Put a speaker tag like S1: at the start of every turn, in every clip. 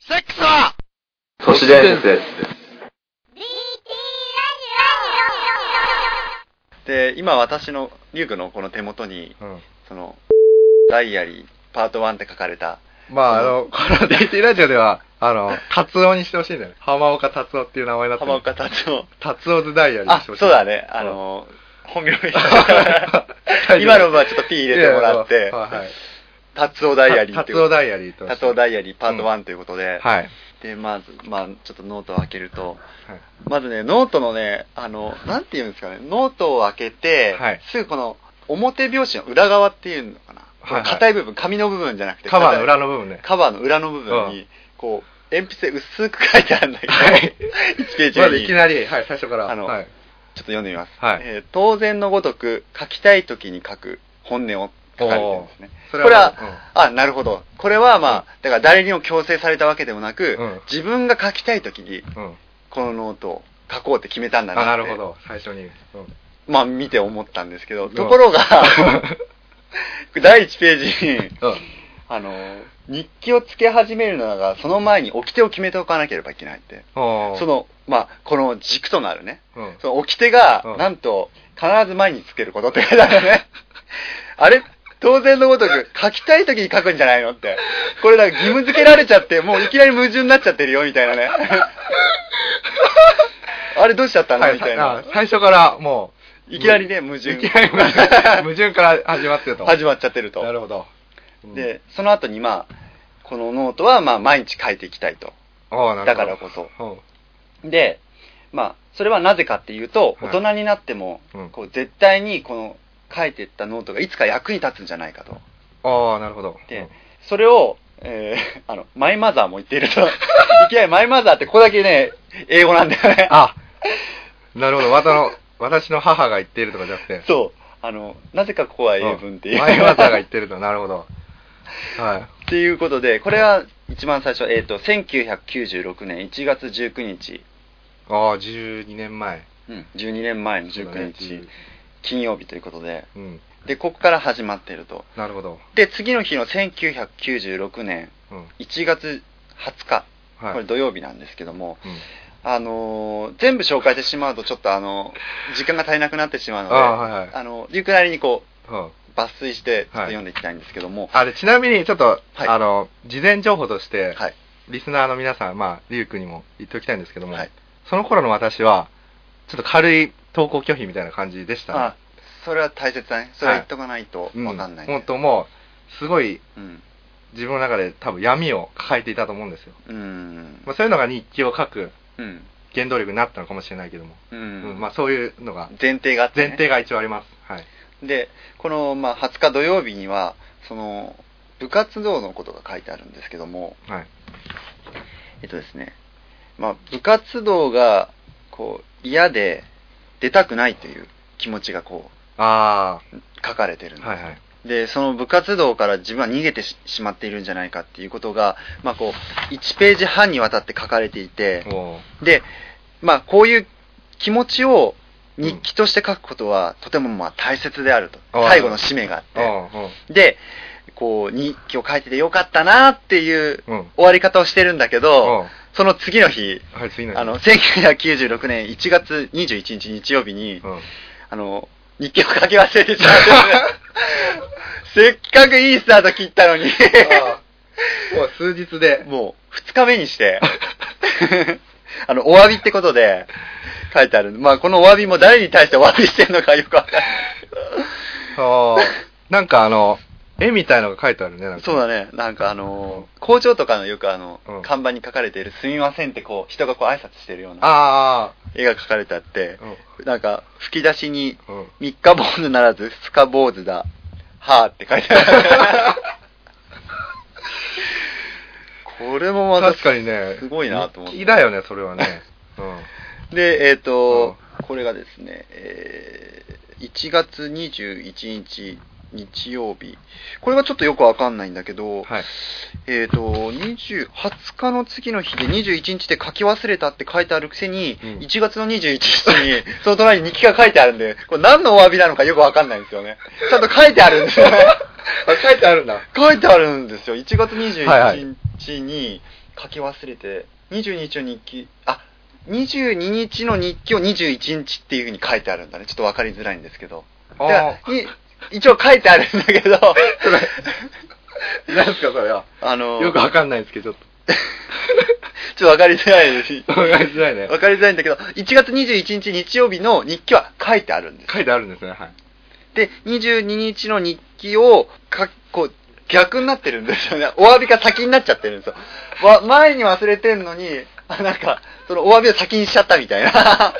S1: セックスは
S2: 都市伝説。
S3: で、今私の、リュウグのこの手元に、
S4: うん。
S3: その、ダイアリー、パート1って書かれた、
S4: まあ、あの、この DT ラジオでは、あの、達夫にしてほしいんだよね。浜岡達夫っていう名前だった。
S3: 浜岡達夫。
S4: 達夫ズダイアリーに
S3: あ、
S4: して
S3: そ
S4: ほ
S3: う
S4: しい。
S3: だね。あの、本 名にして
S4: 大丈夫
S3: 今の分はちょっと P 入
S4: い
S3: れ
S4: やい
S3: て
S4: や、
S3: もらっ
S4: は
S3: て
S4: い、はい。
S3: 達夫ダイアリーって
S4: 達
S3: いう
S4: 夫。ダイアリーとして。
S3: 達夫ダイアリーパート1ということで、
S4: はい。
S3: で、まず、まあちょっとノートを開けると、
S4: はい
S3: まずね、ノートのね、あの、なんていうんですかね、ノートを開けて、
S4: はい
S3: すぐこの、表表紙の裏側っていうのかな。
S4: はいはい
S3: 硬い部分、紙の部分じゃなくて、
S4: カバーの
S3: 硬い
S4: 裏の部分ね。
S3: カバーの裏の部分に、
S4: う
S3: こう、鉛筆で薄く書いてあるんだけど、1ページ
S4: ま
S3: 目
S4: ずい
S3: に、
S4: き
S3: ちょっ
S4: なり、はい、最初から。
S3: あの
S4: はい。
S3: と読んでみます。
S4: はい
S3: えー当然のごとく、書きたい時に書く本音を書かれてるんですね。
S4: そ
S3: これは
S4: うん、
S3: あ、なるほど。これはまあ、だから誰にも強制されたわけでもなく、
S4: うん
S3: 自分が書きたい時に、
S4: うん。
S3: このノートを書こうって決めたんだなっ
S4: あ、
S3: て。
S4: なるほど。最初に。 うん
S3: まあ見て思ったんですけど、
S4: ん
S3: ところ が、第1ページに、
S4: うん。
S3: あの、日記をつけ始めるのが、その前に掟を決めておかなければいけないって。
S4: そ
S3: そ、の、まあ、この軸となるね。
S4: うん。
S3: その掟が
S4: う、ん
S3: なんと、必ず前につけることって書いてある ね。あれ当然のごとく、書きたい時に書くんじゃないのって。これなんか義務付けられちゃって、もういきなり矛盾になっちゃってるよ、みたいな ね。あれどうしちゃったの
S4: はい
S3: みたいな
S4: あ。最初からも
S3: いきなりね、矛
S4: う、
S3: 盾。
S4: いきなり矛 盾矛盾から始まってると。
S3: 始まっちゃってると。
S4: なるほど。うん、
S3: で、その後にまあ、このノートはまあ毎日書いていきたいと。
S4: ああ、なるほど。
S3: だからこそ。
S4: うん。
S3: で、まあ、それはなぜかっていうと、
S4: はい
S3: 大人になっても、
S4: うん
S3: こう絶対にこの書いていったノートがいつか役に立つんじゃないかと。
S4: ああ、なるほど。
S3: で、それを、えー、あ の、マイマザーも言っていると、い きなりマイマザーってここだけね、英語なんだよね。
S4: あ、なるほど。わたの、私の母が言っているとかじゃなくて。
S3: そう。あの、なぜかここは英文 っていう。
S4: ん前マザーが言ってると、なるほど。はい。
S3: っていうことで、これは一番最初、えっ、と、1996年1月19日、
S4: ああ、12年前。
S3: うん、12年前の
S4: そうだね
S3: 19日、金曜日ということで、
S4: うん。
S3: で、ここから始まっていると。
S4: なるほど。
S3: で、次の日の1996年
S4: うん。
S3: 1月20日、
S4: はい。
S3: これ土曜日なんですけども、
S4: うん
S3: あのー全部紹介してしまうとちょっとあの、時間が足りなくなってしまうので、
S4: ああ、はいはい。
S3: あの、ゆくなりにこ
S4: うん
S3: う、抜粋して、ちょっと読んでいきたいんですけども、
S4: あれちなみにちょっと、
S3: はい
S4: あの、事前情報として、
S3: はい
S4: リスナーの皆さん、まあ、リュウ君にも言っておきたいんですけども、
S3: はい
S4: その頃の私は、ちょっと軽い投稿拒否みたいな感じでしたね、
S3: あそれは大切だね。それは言っとかないと分かんない、ね
S4: 本当もう、すごい
S3: うん。
S4: 自分の中で多分闇を抱えていたと思うんですよ。
S3: うん。
S4: まあ、そういうのが日記を書く
S3: うん。
S4: 原動力になったのかもしれないけども、
S3: う
S4: うん
S3: ん。
S4: まあ、そういうのが、
S3: 前提があって、ね。
S4: 前提が一応あります。はい。
S3: で、この、まあ、20日土曜日には、その、部活動のことが書いてあるんですけども、
S4: はい。
S3: えっとですね、まあ、部活動が、こう、嫌で、出たくないという気持ちが、こ
S4: あ
S3: う、書かれてるん
S4: あ、
S3: です、
S4: はいはい。
S3: で、その部活動から自分は逃げてししまっているんじゃないかっていうことが、まあ、こう、1ページ半にわたって書かれていて、
S4: おー
S3: で、まあ、こういう気持ちを日記として書くことは、とてもまあ大切であると。
S4: ああ
S3: 最後の使命があって。
S4: おー
S3: で、こう、日記を書いててよかったなっていう
S4: うん。うん。
S3: 終わり方をしてるんだけど、
S4: おー
S3: その次の日、
S4: はい、次の日
S3: あの、、1996年1月21日日曜日に、
S4: うん。
S3: あの、日記を書き忘れてしまって、 せっかくいいスタート切ったのに、
S4: ああもう数日で。
S3: もう2日目にして、 あの、お詫びってことで書いてある。まあ、このお詫びも誰に対してお詫びしてるのかよくわかん
S4: ああなんかあの、絵みたいのが書いてあるね、な
S3: なんい。
S4: か。
S3: そうだね。なんかあのー工場とかのよくあの、
S4: うん
S3: 看板に書かれている、すみませんってこう、人がこう挨拶してるような
S4: あ
S3: 絵が書かれてあって
S4: あ、、うん
S3: なんか、吹き出しに、
S4: うん。
S3: 三日坊主ならず二日坊主だ。はぁって書いてある。これもまた、
S4: 確かにね、
S3: すごいなと思って
S4: 日記だよね、それ はね。うん。
S3: で、えっ、と、これがですね、えー1月21日日曜日。これはちょっとよくわかんないんだけど、
S4: はい。
S3: えっ、と、20、20日の次の日で21日で書き忘れたって書いてあるくせに、
S4: うん
S3: 1月の21日に、 その隣に日記が書いてあるんで、これ何のお詫びなのかよくわかんないんですよね。ちゃんと書いてあるん ですよね。
S4: あ、書いてあるんだ。
S3: 書いてあるんですよ。1月
S4: はいは
S3: 21日に、書き忘れて、22日の日記、あ、22日の日記を21日っていうふうに書いてあるんだね。ちょっとわかりづらいんですけど。
S4: あ
S3: だからに一応書いてあるんだけ ど、
S4: ーなんすか、それは。
S3: あの、
S4: よくわかんないですけど、ちょっ
S3: ちょっとわかりづらいです。
S4: と。わかりづらいね
S3: わ。かりづらいんだけど、1月21日日曜日の日記は書いてあるんです。
S4: 書いてあるんですね、はい。
S3: で、22日の日記を、かこう、逆になってるんですよね。お詫びが先になっちゃってるんですよ。わ前に忘れてんのに、あなんか、そのお詫びを先にしちゃったみたい な。だ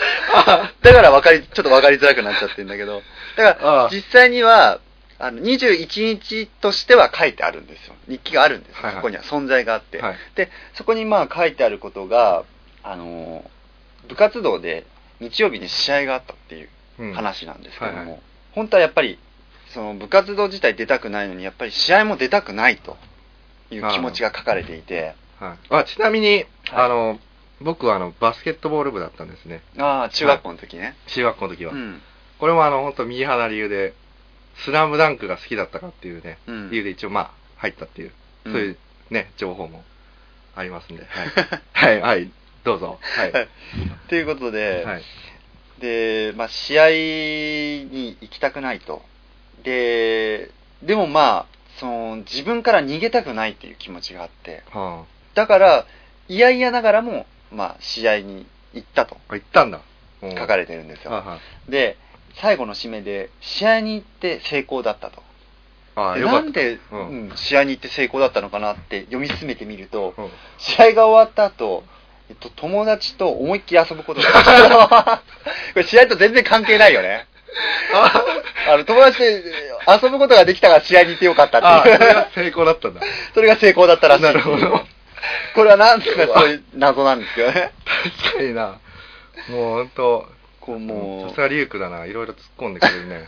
S3: からわかり、ちょっとわかりづらくなっちゃってるんだけど。だか
S4: あ
S3: ら
S4: あ、
S3: 実際には、あの、21日としては書いてあるんですよ。日記があるんですよ。
S4: はいはい
S3: そこには存在があって。
S4: はい
S3: で、そこにまあ書いてあることが、あのー、部活動で日曜日に試合があったっていう。
S4: うん
S3: 話なんですけども、
S4: はいはい
S3: 本当はやっぱりその部活動自体出たくないのにやっぱり試合も出たくないという気持ちが書かれていて
S4: はい、あちなみに、
S3: はい
S4: あの僕はあのバスケットボール部だったんですね
S3: ああ中学校の時ね、
S4: 中学校の時は、
S3: うん
S4: これもあの本当右派な理由で「スラムダンクが好きだったかっていうね、
S3: うん
S4: 理由で一応まあ入ったっていう
S3: う
S4: そ
S3: ん
S4: ういうね、情報もありますんで はいはい、はい、どうぞはい、
S3: はいということで、
S4: はい
S3: で、まあ、試合に行きたくないとででもまあその自分から逃げたくないっていう気持ちがあって
S4: は
S3: だから嫌々ながらも、まあ、試合に行ったと
S4: あ、あ行ったんだ
S3: 書か
S4: れ
S3: れてるんですよ、
S4: あはい
S3: で最後の締めで試合に行って成功だったと
S4: ああ
S3: で
S4: よか
S3: な
S4: った
S3: んで、
S4: うんうん
S3: うん試合に行って成功だったのかなって読み進めてみると試合が終わった後、えっと、友達と思いっきり遊ぶことができ たこれ試合と全然関係ないよねあの友達で遊ぶことができたから試合に行ってよかった
S4: あ
S3: っ
S4: あ
S3: てい
S4: それ
S3: う
S4: が成功だったんだ
S3: それが成功だったらしい
S4: なるほど
S3: これはなんとかそういう謎なんですよね
S4: 確かになもう本当
S3: こう
S4: う
S3: も
S4: んさす
S3: う
S4: がリュウクだないろいろ突っ込んでくれるね、うん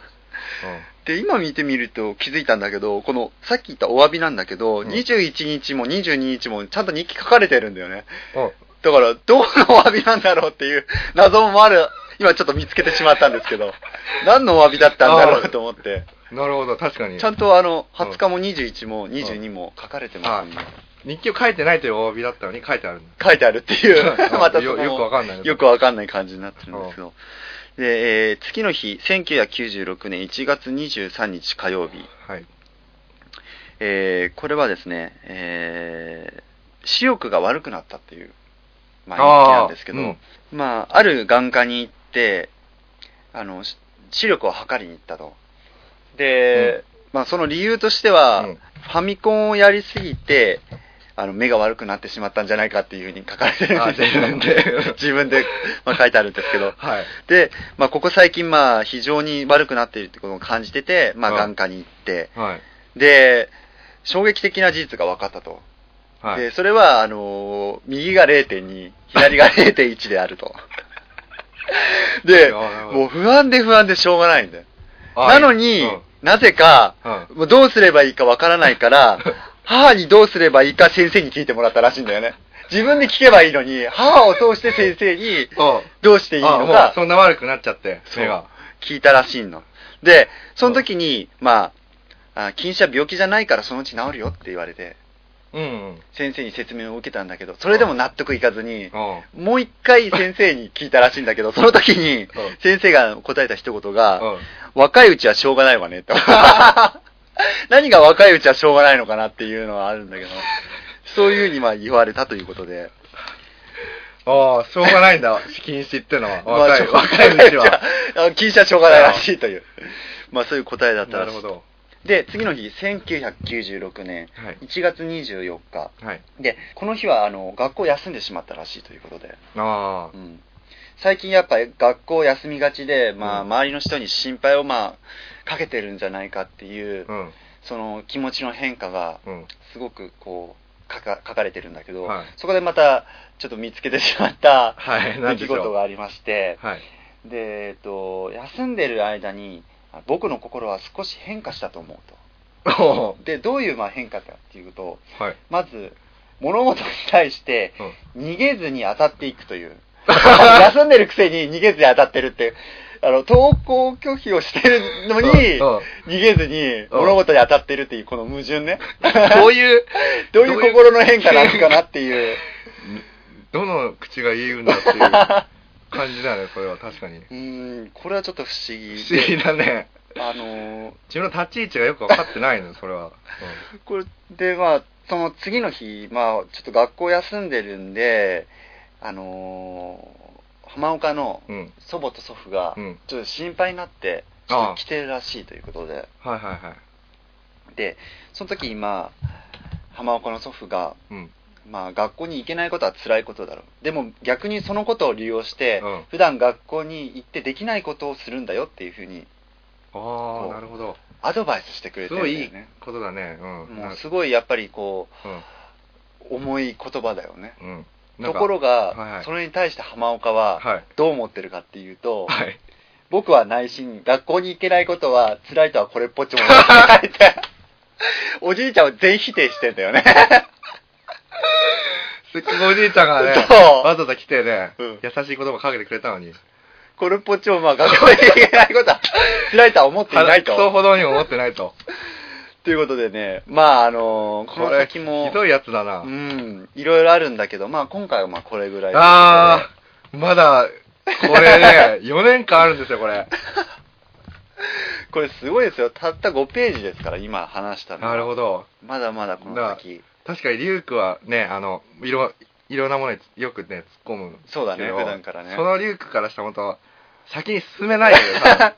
S3: で今見てみると気づいたんだけどこのさっき言ったお詫びなんだけど、
S4: うん
S3: 21日も22日もちゃんと日記書かれてるんだよね
S4: お
S3: だから、どうのお詫びなんだろうっていう謎もある、今ちょっと見つけてしまったんですけ ど、何のお詫びだったんだろうと思って、
S4: なるほど確かに
S3: ちゃんとあの、20日も21も22も書かれてますんで、
S4: 日記を書いてないというお詫びだったのに書いてあるんだ、
S3: 書いてあるっていう またそ
S4: よ
S3: の
S4: よくわかんない
S3: よくわかんない感じになってるんですけど、で、えー次の日、1996年1月23日火曜日、
S4: はい
S3: えーこれはですね、えー視力が悪くなったっていう、まあ、日記なんですけど、
S4: あーうん
S3: まあ、ある眼科に行って、あの、し視力を測りに行ったと。で、まあ、その理由としては、
S4: うん
S3: ファミコンをやりすぎて、あの、目が悪くなってしまったんじゃないかっていうふうに書かれてるん
S4: あ
S3: ですよ
S4: 自分で
S3: 自分で、まあ、書いてあるんですけど。
S4: はい
S3: で、まあ、ここ最近、まあ、非常に悪くなっているってことを感じてて、まあ、
S4: うん
S3: 眼科に行って、
S4: はい
S3: で、衝撃的な事実が分かったと。
S4: はい
S3: で、それは、あのー右が0.2、左が0.1である と。で、
S4: あなるほど
S3: もう不安で不安でしょうがないんだよ。
S4: あ
S3: なのに、
S4: うん
S3: なぜか、
S4: う
S3: もうどうすればいいかわからない から、母にどうすればいいか先生に聞いてもらったらしいんだよね。自分で聞けばいいのに、母を通して先生に
S4: お
S3: どうしていい
S4: あ
S3: の
S4: もう
S3: か
S4: そんな悪くなっちゃって
S3: そう
S4: 目が
S3: 聞いたらしいの。で、その時に、まあ、あ近視は病気じゃないからそのうち治るよって言われて、
S4: うんうん
S3: 先生に説明を受けたんだけど、それでも納得いかずに、
S4: お
S3: もう一回先生に聞いたらしいんだけど、その時に先生が答えた一言が、
S4: お
S3: 若いうちはしょうがないわねって。 何が若いうちはしょうがないのかなっていうのはあるんだけど、そういうふうにまあ言われたということで、
S4: おしょうがない んだ禁止ってのは
S3: まあ
S4: 若い
S3: しょうが
S4: 若いうちは
S3: あの禁止はしょうがないらしいという、まあそういう答えだった
S4: な
S3: ら
S4: る
S3: し
S4: ほ
S3: い。
S4: ど
S3: で、次の日、1996年
S4: はい
S3: 1月24日、
S4: はい
S3: で、この日はあの学校休んでしまったらしいということで、
S4: あ
S3: うん最近やっぱり学校休みがちで、まあ、
S4: うん
S3: 周りの人に心配をまあかけてるんじゃないかっていう、
S4: あうん
S3: その気持ちの変化が
S4: うん
S3: すごくこう書か書かれてるんだけど、
S4: はい
S3: そこでまたちょっと見つけてしまった
S4: はい
S3: 出
S4: 何で
S3: 来
S4: しょう
S3: 事がありまして、
S4: はい
S3: でえっと、休んでる間にあ僕の心は少し変化したと思う
S4: お
S3: と。でどういうまあ変化かっていうと
S4: はい
S3: まず物事に対して
S4: うん
S3: 逃げずに当たっていくという。休んでるくせに逃げずに当たってるって、あの、投稿拒否をしてるのに、
S4: うんうん
S3: 逃げずに物事に当たってるっていう、この矛盾ね。
S4: どういう、
S3: どういう心の変化なのかなっていう。
S4: どの口が言うんだっていう感じだね、それは確かに。
S3: うーん、これはちょっと不思議で。
S4: 不思議だね。
S3: あのー
S4: 自分の立ち位置がよく分かってないの、それは。
S3: これで、まあ、その次の日、まあ、ちょっと学校休んでるんで、あのー浜岡の
S4: うん。うん。
S3: 祖母と祖父が
S4: うん、
S3: ちょっと心配になって、ちょっ
S4: あ
S3: と
S4: あ
S3: 来てるらしいということで、
S4: はいはいはい。
S3: で、その時に、まあ、浜岡の祖父が、
S4: うん。
S3: まあ、学校に行けないことは辛いことだろう。でも逆にそのことを利用して、
S4: うん
S3: 普段学校に行ってできないことをするんだよっていうふうに
S4: ああ、なるほど。
S3: アドバイスしてくれ
S4: す
S3: てるん
S4: ご
S3: だ
S4: いい
S3: よ
S4: い
S3: ね。
S4: ことだね。うん。
S3: もうすごいやっぱりこ
S4: うん。
S3: う、重い言葉だよね。
S4: うん。な
S3: と
S4: んか
S3: ころ
S4: はいは
S3: が、
S4: い
S3: それに対して浜岡は、
S4: はい。
S3: どう思ってるかっていう と、
S4: はい。
S3: 僕は内心、学校に行けないことは辛いとはこれっぽっちも思って書いて、 おじいちゃんを全否定してんだよね。
S4: せっかくおじいちゃんがね、
S3: そう
S4: わざわざ来てね、
S3: うん
S4: 優しい言葉かけてくれたのに、
S3: これっぽっちもまあ学校に行けないことは辛いとは思っていないと。
S4: 鼻くそほどにも思ってないと。
S3: ということでね、まああの ーこの先も
S4: ひ、どいやつだ
S3: う
S4: な。
S3: ん、いろいろあるんだけど、まあ今回はまあこれぐらいということで。
S4: ああ、まだ、こ れね、4年間あるんですよ、これ。
S3: これすごいですよ。たった5ページですから、今話したのは。
S4: なるほど。
S3: まだまだこの先。
S4: 確かにリュウクはね、あの、いろ、いろんなものによくね、突っ込むけど。
S3: そうだね普段からね
S4: そのリュウクからしたら本当、先に進めないよね。 多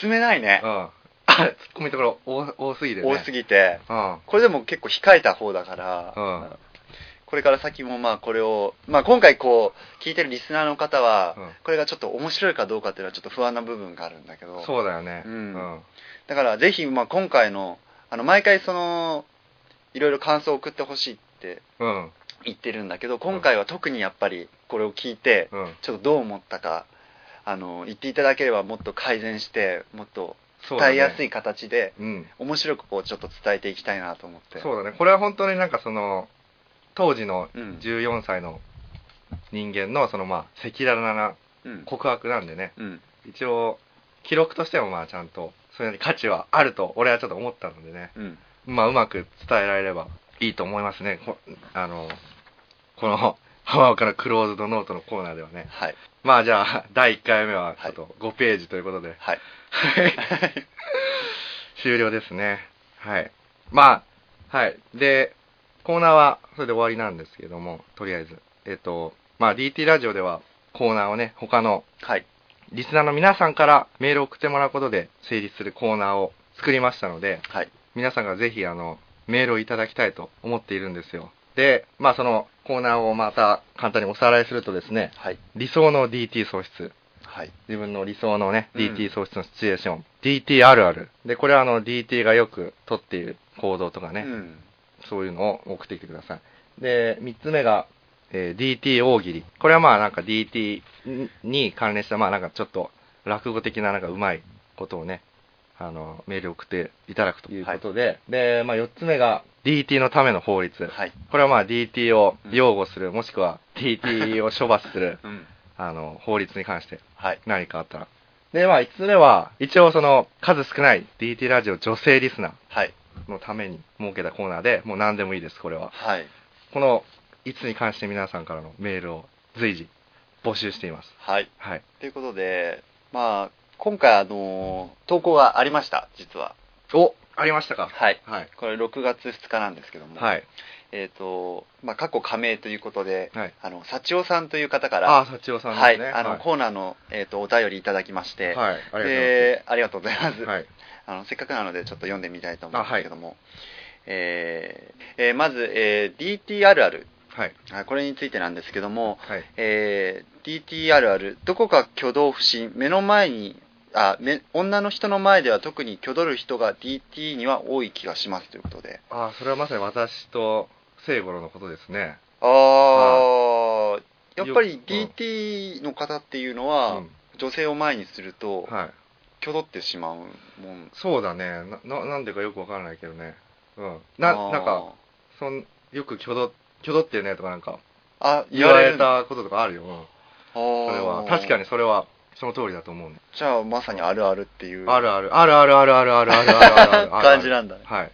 S3: 進めないね。
S4: 分うん。突っ込みところ多多すぎてね。
S3: 多すぎて。
S4: うん。
S3: これでも結構控えた方だから、
S4: うん
S3: これから先もまあこれを、まあ、今回こう聞いてるリスナーの方は、
S4: うん
S3: これがちょっと面白いかどうかっていうのはちょっと不安な部分があるんだけど
S4: そうだよね。
S3: うん
S4: うん。
S3: だからぜひまあ今回のあの毎回そのいろいろ感想を送ってほしいって
S4: うん。
S3: 言ってるんだけど今回は特にやっぱりこれを聞いて、
S4: うん。
S3: ちょっとどう思ったかあの言っていただければもっと改善してもっと
S4: そうだ
S3: 伝
S4: ね
S3: えやすい形で、
S4: うん。
S3: 面白くこうちょっと伝えていきたいなと思って
S4: そうだね。これは本当になんかその、当時の
S3: うん
S4: 14歳の人間の、そのまあ、赤裸々な
S3: うん
S4: 告白なんでね、
S3: うん
S4: 一応、記録としてもまあ、ちゃんと、それなりに価値はあると、俺はちょっと思ったのでね、
S3: うん
S4: まあ、うまく伝えられればいいと思いますね。こあの、この、浜岡のクローズドノートのコーナーではね。
S3: はい
S4: まあ、じゃあ、第1回目は、ちょっと5ページということで、
S3: はい
S4: 終了ですね。はい。まあ、はい。で、コーナーはそれで終わりなんですけども、とりあえず。えっと、まあ DT ラジオではコーナーをね、他の
S3: はい。
S4: リスナーの皆さんからメールを送ってもらうことで成立するコーナーを作りましたので、
S3: はい。
S4: 皆さんがぜひあの、メールをいただきたいと思っているんですよ。で、まあそのコーナーをまた簡単におさらいするとですね、
S3: はい。
S4: 理想の DT 喪失、
S3: はい。
S4: 自分の理想のね、
S3: うん
S4: DT 喪失のシチュエーション、DT あるある。で、これはあの DT がよく取っている行動とかね、
S3: うん。
S4: そういうのを送ってきてください。で、3つ目が、えー DT 大喜利。これはまあなんか DT に関連した、まあなんかちょっと落語的ななんかうまいことをね、あの、メールを送っていただくということで、で、まあ4つ目が DT のための法律。
S3: はい。
S4: これはまあ DT を擁護する、もしくは DT を処罰する、
S3: うん。
S4: あの、法律に関して
S3: はい。
S4: 何かあったら。で、まあ5つ目は、一応その数少ない DT ラジオ女性リスナー。
S3: はい。
S4: のために設けたコーナーでもう何でもいいですこれは
S3: はい。
S4: このいつに関して皆さんからのメールを随時募集しています
S3: はい。
S4: はい
S3: ということで、まあ、今回、あのー投稿がありました、実は。
S4: おありましたか
S3: はい。
S4: はい
S3: これ、6月2日なんですけども、
S4: はい
S3: えっ、と、まあ、過去加盟ということで、
S4: はい
S3: あの、幸男さんという方から、
S4: ああ幸男さん
S3: は
S4: で
S3: い、
S4: すね
S3: あの、コーナーの、えっ、と、お便りいただきまして、
S4: はいありがとうございます
S3: で、ありがとうございます。
S4: はい
S3: あのせっかくなのでちょっと読んでみたいと思うんですけども、えーえーまず、えー、DTRR
S4: はい
S3: あこれについてなんですけども、
S4: はい
S3: えー DTRR どこか挙動不審目の前にあめ女の人の前では特に挙動る人が DT には多い気がしますということで
S4: ああそれはまさに私と聖五郎のことですね
S3: ああ、やっぱ
S4: よ
S3: り DT の方っていうのは、
S4: うん
S3: 女性を前にすると
S4: はい
S3: 挙動ってしまうもん
S4: そうだねなななんでかよくわからないけどねうんな
S3: あー
S4: なんかそんよく挙動挙動っていうねとかなんか
S3: あ
S4: 言われ
S3: あ
S4: たこととかあるよ、うん、そ
S3: そ
S4: れは確かにそれはその通りだと思うんで。
S3: じゃあ、まさにあるあるっていう
S4: あるある、あるあるあるあるあるあるあるあるあるある。
S3: 感じなんだね
S4: はい。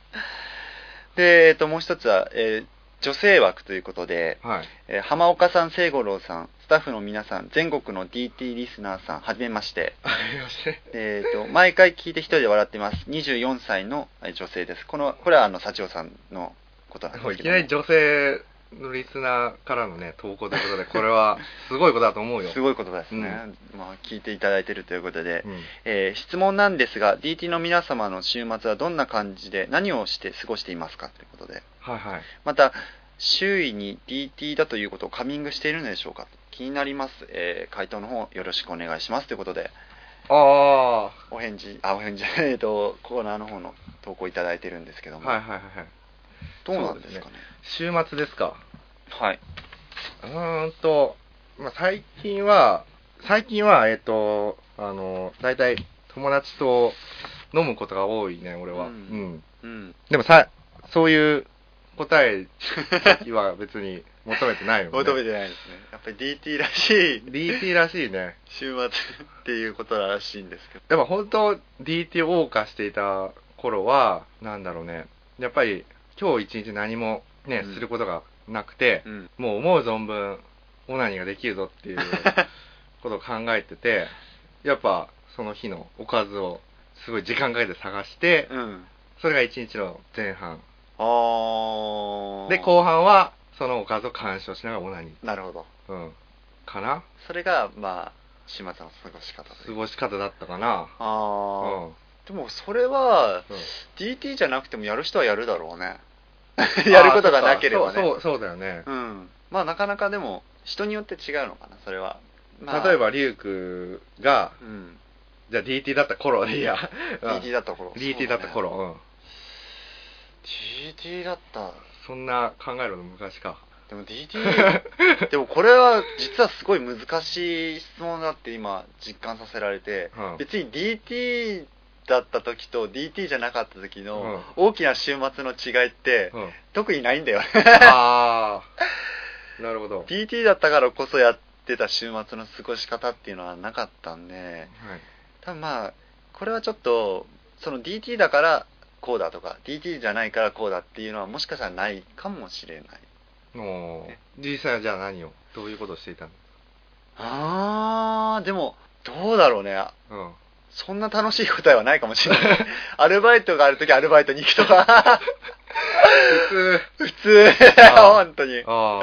S3: で、えっと、もう一つは、えー女性枠ということで、
S4: はい。
S3: えー浜岡さん、聖五郎さん、スタッフの皆さん、全国の DT リスナーさん、はじめまして。
S4: ありまして。
S3: えー、と毎回聞いて一人で笑っています24歳のえー女性ですこのこれはあの幸男さんのことなん
S4: もう
S3: ですけ
S4: いき
S3: ど
S4: な
S3: も、
S4: り女性のリスナーからのね、投稿ということで、これはすごいことだと思うよ。
S3: すごいことですね、まあ、聞いていただいてるということで、
S4: うん
S3: えー質問なんですが DT の皆様の週末はどんな感じで何をして過ごしていますかということで
S4: はいはい。
S3: また周囲に DT だということをカミングしているのでしょうか気になります、えー回答の方よろしくお願いしますということで
S4: あ
S3: お返事あお返事 じゃないえーとコーナーの方の投稿いただいてるんですけど
S4: あ、
S3: も、
S4: はいはいはいはい。
S3: どうなんですか
S4: そう
S3: ね
S4: 週末ですか。
S3: はい。
S4: うーんと、まあ、最近は、最近は、えっ、と、あの、大体友達と飲むことが多いね、俺は。
S3: う
S4: うんん。
S3: うん。
S4: でもさ、そういう答えは別に求めてないよね。
S3: 求めてないですね。やっぱり DT らしい
S4: DT らしいね。
S3: 週末 っていうことらしいんですけど。
S4: でも本当 DT を謳歌していた頃は、なんだろうね。やっぱり今日一日何もね、
S3: うん
S4: することがなくて、
S3: うん。
S4: もう思う存分オナニーができるぞ っていうことを考えてて、やっぱその日のおかずをすごい時間かけて探して、
S3: うん。
S4: それが一日の前半。
S3: あー。
S4: で、後半はそのおかずを鑑賞しながらオナニー。
S3: なるほど。
S4: うん。かな
S3: それが、まあ、週末の過ごし方と
S4: 過
S3: いう。
S4: ごし方だったかな。う
S3: あー、
S4: ん。
S3: でもそれは、
S4: うん
S3: DT じゃなくてもやる人はやるだろうね。 やることがなければね。
S4: あーそうかそうそうそうだよね。
S3: うん。まあなかなかでも、人によって違うのかな、それは。まあ
S4: 例え。ば、リュウクが、
S3: うん。
S4: じゃあ DT だった頃でいいや。うん
S3: DT だった頃。
S4: DT だった頃。
S3: そううだね。
S4: ん。
S3: DT だった。
S4: そんな考えるの昔か。
S3: でも DT でもこれは実はすごい難しい質問だって今実感させられて、
S4: うん
S3: 別に DT だった時と DT じゃなかった時
S4: うん
S3: の大きな週末の違いって
S4: うん。
S3: 特にないんだよね
S4: ああ。なるほど。はい。
S3: DT だったからこそやってた週末の過ごし方っていうのはなかったんで多分まあこれはちょっとその DT だからこうだとか DT じゃないからこうだっていうのはもしかしたらないかもしれない
S4: もう、実際はじゃあ何を、どういうことをしていたの
S3: あーでもどうだろうね
S4: うん。
S3: そんな楽しい答えはないかもしれ ない。アルバイトがあるときアルバイトに行くと か、
S4: 普通。
S3: 普通、
S4: あー
S3: 本当に。
S4: ああ。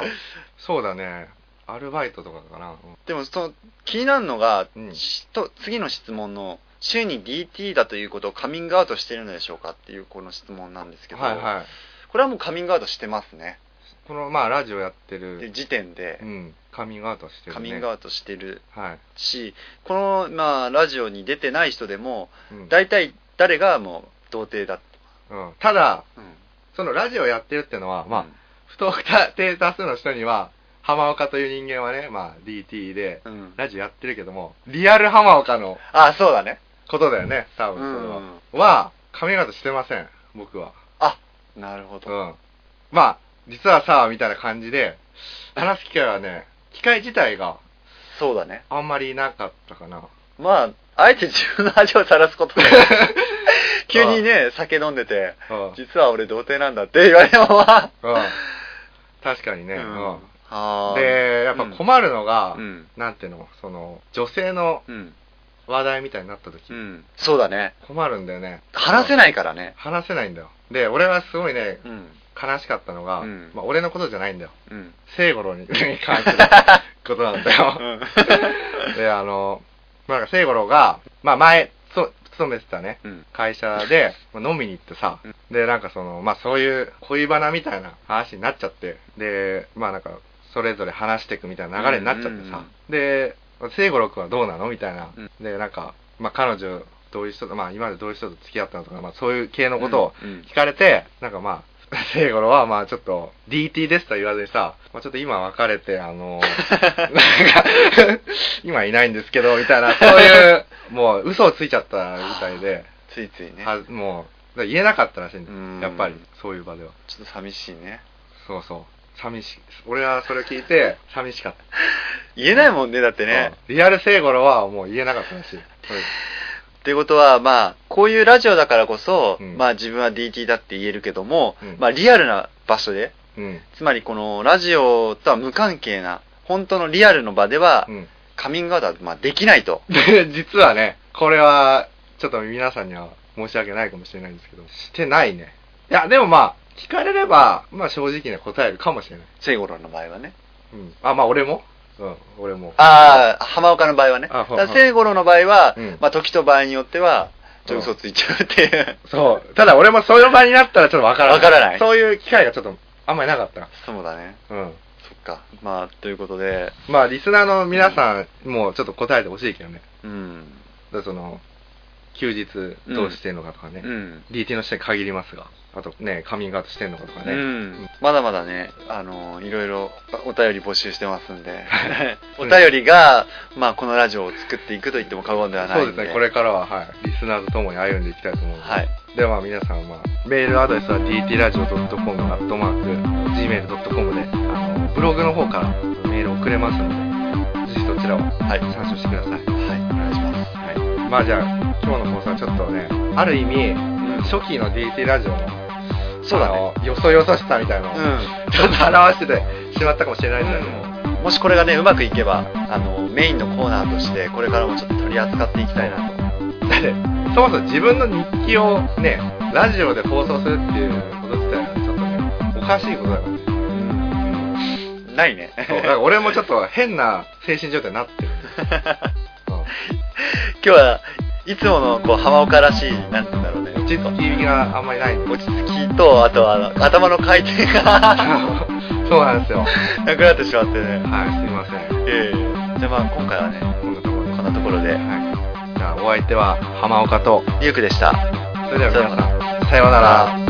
S4: そうだね。アルバイトとかかな。
S3: でもその気になるのが、
S4: うん
S3: しと次の質問の、週に DT だということをカミングアウトしているのでしょうかっていうこの質問なんです
S4: う
S3: け
S4: ん
S3: ど、
S4: はいはい。
S3: これはもうカミングアウトしてますね。
S4: この、まあ、ラジオやって
S3: で
S4: る、
S3: 時点で
S4: うん、カミングアウトしてる、ね。
S3: カミングアウトしてる
S4: はい。
S3: し、この、まあ、ラジオに出てない人でも、
S4: うん
S3: 大体誰がもう童貞だって。
S4: うん、ただ、
S3: うん
S4: そのラジオやってるってのは、まあ、不特定多数の人には、浜岡という人間はね、まあ、DT で、
S3: うん、うん
S4: ラジオやってるけども、リアル浜岡の
S3: あ、そうだね。
S4: ことだよね、多分それは。
S3: うん
S4: は、髪型してません、僕は。
S3: なるほど
S4: う。ん。まあ、実はさ、みたいな感じで、話す機会はね、機会自体が
S3: そうだね。
S4: あんまりなかったかな。
S3: まあ、あえて自分の味をさらす ことで、急にね、酒飲んでて、
S4: うん。うん。
S3: 実は俺童貞なんだって言われたまま。
S4: 確かにね。うん。
S3: あー
S4: で、やっぱ困るのが、
S3: うん。
S4: なんていうの、その、女性の
S3: うん。
S4: 話題みたいになった時、
S3: うん。そうだね。
S4: 困るんだよね。
S3: 話せ
S4: い。
S3: ないからね。
S4: 話せないんだよ。で、俺はすごいね、
S3: うん。
S4: 悲しかったのが、
S3: うん
S4: まあ俺のことじゃないんだよ。
S3: うん。
S4: 聖五郎に関することなんだよ。 で、あの、まあ、なんか聖五郎が、まあ、前、そ勤めてたね、
S3: うん。
S4: 会社で、まあ飲みに行ってさ、で、なんかその、まあ、そういう恋バナみたいな話になっちゃって、で、まあ、なんか、それぞれ話していくみたいな流れになっちゃって
S3: うんうん
S4: さ、で、聖五郎君はどうなのみたいな
S3: うん、
S4: で、なんか、まあ、彼女、どういう人と、まあ、今までどういう人と付き合ったのとか、まあ、そういう系のことを
S3: うんうん
S4: 聞かれて、なんかまあ、 聖五郎は、まあ、ちょっと、DT ですとは言わずにさ、まあ、ちょっと今別れて、あ の、なんか、 今いないんですけど、みたいな、そういう、もう嘘をついちゃったみたいで、
S3: ついついね。
S4: はもう、だから言えなかったらしいんで
S3: うん
S4: す。やっぱり、そういう場では。
S3: ちょっと寂しいね。
S4: そうそう。寂しい。俺はそれを聞いて、寂しかっ
S3: 言えないもんね、だってね。
S4: うんリアル聖五郎はもう言えなかったらしい。
S3: っていうことは、まあ、こういうラジオだからこそ、
S4: うん
S3: まあ自分は DT だって言えるけども、
S4: うん
S3: まあリアルな場所で、
S4: うん。
S3: つまりこのラジオとは無関係な、本当のリアルの場では、
S4: うん。
S3: カミングアウトはまあできないと。
S4: で、実はね、これは、ちょっと皆さんには申し訳ないかもしれないんですけど、してないね。いや、でもまあ、聞かれれば、まあ正直に答えるかもしれない。
S3: 聖五郎の場合はね。
S4: うん。あ、まあ俺もうん、俺も。
S3: ああ、浜岡の場合はね。
S4: あ
S3: だ
S4: ほう
S3: から聖五郎の場合は、
S4: うん
S3: まあ時と場合によっては、ちょっと嘘ついちゃうっていう。
S4: そう。ただ俺もそういう場になったらちょっとわからない。
S3: わからない
S4: そういう機会がちょっとあんまりなかった。
S3: そうだね。
S4: うん。
S3: そっか。まあ、ということで、
S4: まあ、リスナーの皆さんもちょっと答えてほしいけどね。
S3: うん。
S4: だからその、休日どうしてんのかとかね。
S3: うん。
S4: DT の視点限りますが。あとね、カミングアウトしてんのかとか
S3: う
S4: ね。
S3: ん、まだまだね、あのいろいろお便り募集してますん で、お便りが、まあ、このラジオを作っていくと言っても過言ではない
S4: そ
S3: んで、
S4: うですね。これからは、はい。リスナーと共に歩んでいきたいと思うので。
S3: はい、
S4: ではまあ皆さんは、メールアドレスは dtradio.com、アットマーク、gmail.com で、あの、ブログの方からメール送れますので、ぜひそちらを
S3: はい、はい、
S4: 参照してくださ
S3: お
S4: い。
S3: 願いします。
S4: はい、まあじゃあ今日の放送はちょっとねある意味初期の DT ラジオの
S3: そうだね。
S4: あのよそよそしさみたいなのを、
S3: う
S4: ちょっと表しててしまったかもしれないですけども、
S3: ん、もしこれがねうまくいけばあのメインのコーナーとしてこれからもちょっと取り扱っていきたいなと
S4: だって そもそも自分の日記をねラジオで放送するっていうこと自体がちょっとねおかしいことだからね
S3: ないね
S4: そうだから俺もちょっと変な精神状態になってる、
S3: 今日はいつものこう浜岡らしいなんて言うんだろうね
S4: うん、落ち着きがあんまりない んで
S3: 落ち着きとあとはあの頭の回転が
S4: そうなんですよはい
S3: なくなってしまってね、
S4: すいません
S3: ええじゃあまあ今回はね
S4: こんなところで
S3: こんなところで
S4: はいじゃあお相手は浜岡と
S3: ゆうくでした。
S4: それでは皆さん、さようなら。